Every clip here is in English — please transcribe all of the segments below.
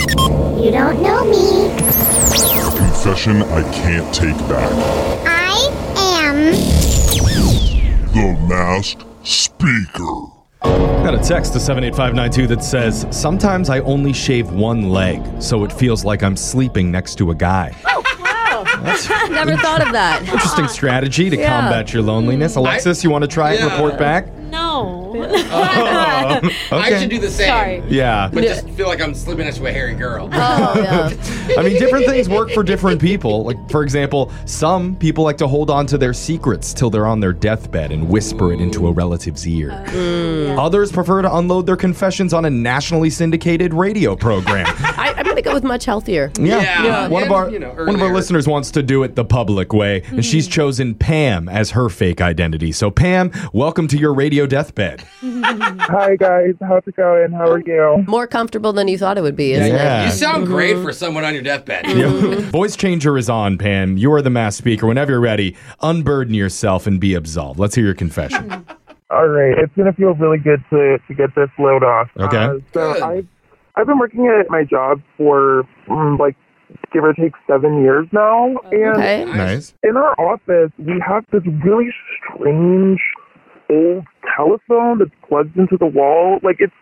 You don't know me. Confession I can't take back. I am. The Masked Speaker. Got a text to 78592 that says, Sometimes I only shave one leg, so it feels like I'm sleeping next to a guy. Never thought of that. Interesting strategy to combat your loneliness. Alexis, you want to try it? Yeah. Report back? No. okay. I should do the same. Sorry. Yeah. But just feel like I'm sleeping next to a hairy girl. Oh, yeah. I mean, different things work for different people. Like, for example, some people like to hold on to their secrets till they're on their deathbed and whisper it into a relative's ear. Uh, Others prefer to unload their confessions on a nationally syndicated radio program. I, I'm going to go with much healthier. Yeah. Yeah. One of And, our you know, one of our earlier- Mm-hmm. listeners wants to do it the public way, and she's chosen Pam as her fake identity. So Pam, welcome to your radio deathbed. Hi guys, how's it going? How are you? More comfortable than you thought it would be, isn't it? You sound great for someone on your deathbed. Mm-hmm. Yeah. Voice changer is on, Pam. You are the mass speaker. Whenever you're ready, unburden yourself and be absolved. Let's hear your Mm-hmm. confession. All right, it's gonna feel really good to to get this load off. Okay. Uh, so Good. I've I've been working at my job for mm, like give or take seven years now, and Oh, Okay. nice. in our office we have this really strange old telephone that's plugged into the wall. Like it's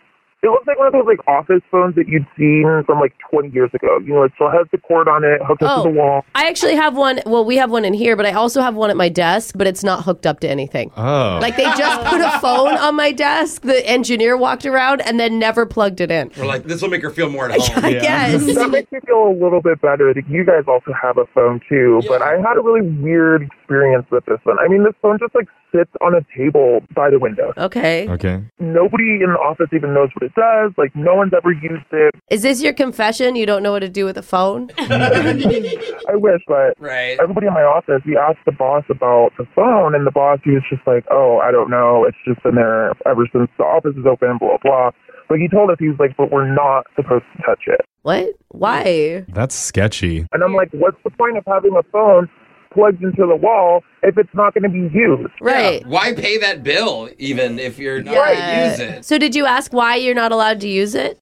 it looks like one of those like office phones that you'd seen from like 20 years ago. You know, it still has the cord on it, hooked up Oh. to the wall. I actually have one. Well, we have one in here, but I also have one at my desk, but it's not hooked up to anything. Oh. Like they just put a phone on my desk. The engineer walked around and then never plugged it in. We're like, this will make her feel more at home. I guess. that makes me feel a little bit better that you guys also have a phone too. But I had a really weird experience with this one. I mean, this phone just like sits on a table by the window. Okay. okay. Nobody in the office even knows what it does. Like, no one's ever used it. Is this your confession? You don't know what to do with a phone? I wish, but Right. everybody in my office, we asked the boss about the phone, and the boss he was just like, "Oh, I don't know. It's just been there ever since the office is open." Blah blah. But he told us he was like, "But we're not supposed to touch it." What? Why? That's sketchy. And I'm like, "What's the point of having a phone?" plugged into the wall if it's not going to be used. Right. Yeah. Why pay that bill even if you're not Yeah. going to use it? So did you ask why you're not allowed to use it?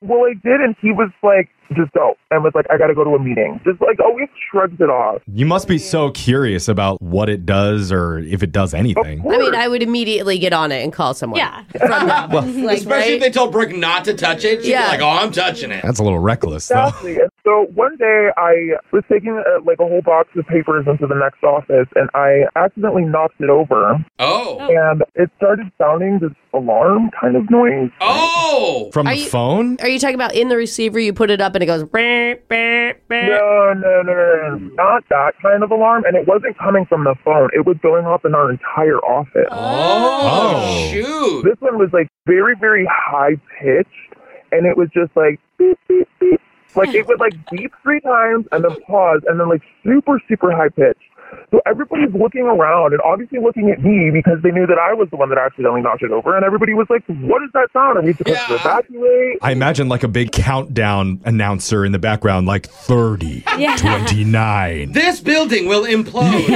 Well, I did, and he was like, just don't. And was like, I got to go to a meeting. Just like always shrugs it off. You must be so curious about what it does or if it does Oh. anything. I mean, I would immediately get on it and call someone. Yeah. Like, Especially if right? they told Brooke not to touch it. She's Yeah. like, oh, I'm touching it. That's a little reckless, though. Exactly. And so one day I was taking uh, like a whole box of papers into the next office, and I accidentally knocked it over, Oh. and it started sounding this alarm kind of noise. Oh. From Are the you- phone? Are you talking about in the receiver? You put it up and it goes. "Beep, beep, beep." No, no, no, no, no, not that kind of alarm. And it wasn't coming from the phone. It was going off in our entire office. Oh. Oh. Shoot. This one was like very, very high pitched, and it was just like beep, beep, beep. Like Hmm. it would like beep three times and then pause and then like super, super high pitched. So everybody's looking around and obviously looking at me because they knew that I was the one that accidentally knocked it over. And everybody was like, "What is that sound? Are we supposed to Yeah. evacuate?" I imagine like a big countdown announcer in the background, like 30, Yeah. 29. This building will implode.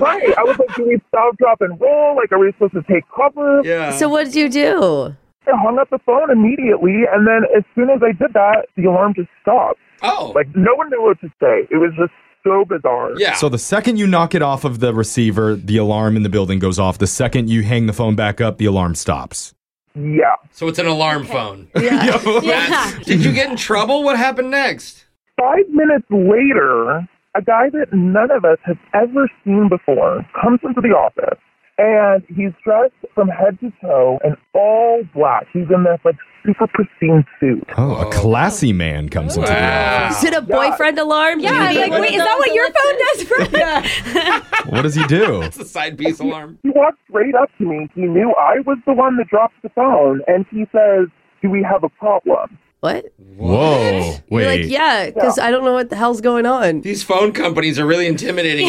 right? I was like, "Do we stop, drop, and roll? Like, are we supposed to take cover?" yeah. So what did you do? I hung up the phone immediately, and then as soon as I did that, the alarm just stopped. oh. Like no one knew what to say. It was just so bizarre. yeah. So the second you knock it off of the receiver, the alarm in the building goes off. The second you hang the phone back up, the alarm stops. Yeah. So it's an alarm phone. Yeah. That's- Did you get in trouble? What happened next? Five minutes later, a guy that none of us have ever seen before comes into the office. And he's dressed from head to toe in all black. He's in this like super pristine suit. Oh, a classy man comes into the Is it a boyfriend alarm? Yeah, I'm like, wait, is that what your phone does for office. What does he do? It's a side piece alarm. He walked straight up to me. He knew I was the one that dropped the phone, and he says, "Do we have a problem?" What? Whoa. You're Wait. like, yeah, because I don't know what the hell's going on. These phone companies are really intimidating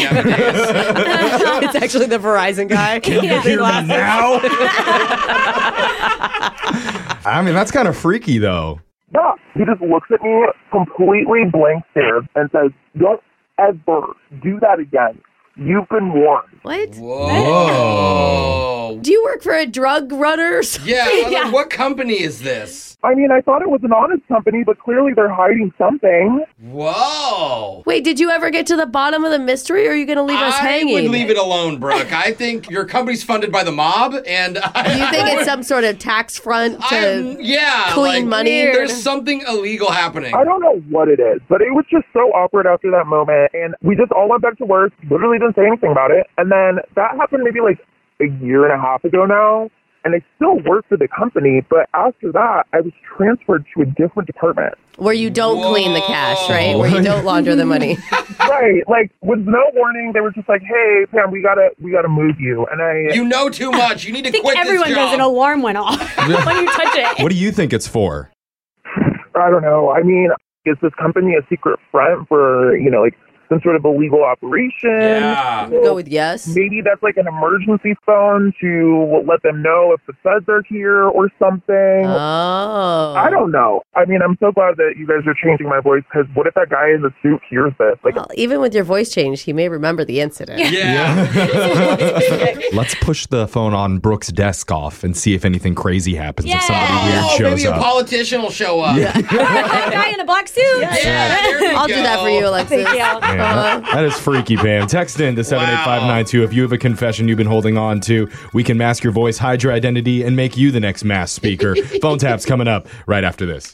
nowadays. it's actually the Verizon guy. You hear me now? I mean, that's kind of freaky, though. Yeah. He just looks at me completely blank stare and says, Don't ever do that again. You've been warned. What? Whoa. Do you work for a drug runner? or something? Yeah, I was like, Yeah. What company is this? I mean, I thought it was an honest company, but clearly they're hiding something. Whoa. Wait, did you ever get to the bottom of the mystery, or are you going to leave us I hanging? would leave it alone, Brooke. I think your company's funded by the mob, and I, you think it's some sort of tax front to I'm- yeah, clean like, money? There's something illegal happening. I don't know what it is, but it was just so awkward after that moment. And we just all went back to work, literally didn't say anything about it. And then that happened maybe like a year and a half ago now. And I still work for the company, but after that, I was transferred to a different department. where you don't clean the cash, right? Whoa. Where you don't launder the money. right. Like, with no warning, they were just like, hey, Pam, we gotta, we gotta move you. And I, You know too much. You need to I think quit everyone this does. job. An alarm went off when you touch it. What do you think it's for? I don't know. I mean, is this company a secret front for, you know, like some sort of illegal operation? Yeah. Go with yes. Maybe that's like an emergency phone to let them know if the feds are here or something. Oh, I don't know. I mean, I'm so glad that you guys are changing my voice because what if that guy in the suit hears this? Like, Well, even with your voice change, he may remember the incident. Yeah. Let's push the phone on Brooke's desk off and see if anything crazy happens. If somebody weird Oh, shows maybe a up. politician will show up. Yeah. guy in a black suit. there you I'll do that for you, go. Alexis. Uh-huh. Thank you. Yeah, that- that is freaky, Pam. Text in to 78592 if you have a confession you've been holding on to. We can mask your voice, hide your identity, and make you the next mass speaker. Phone taps coming up right after this.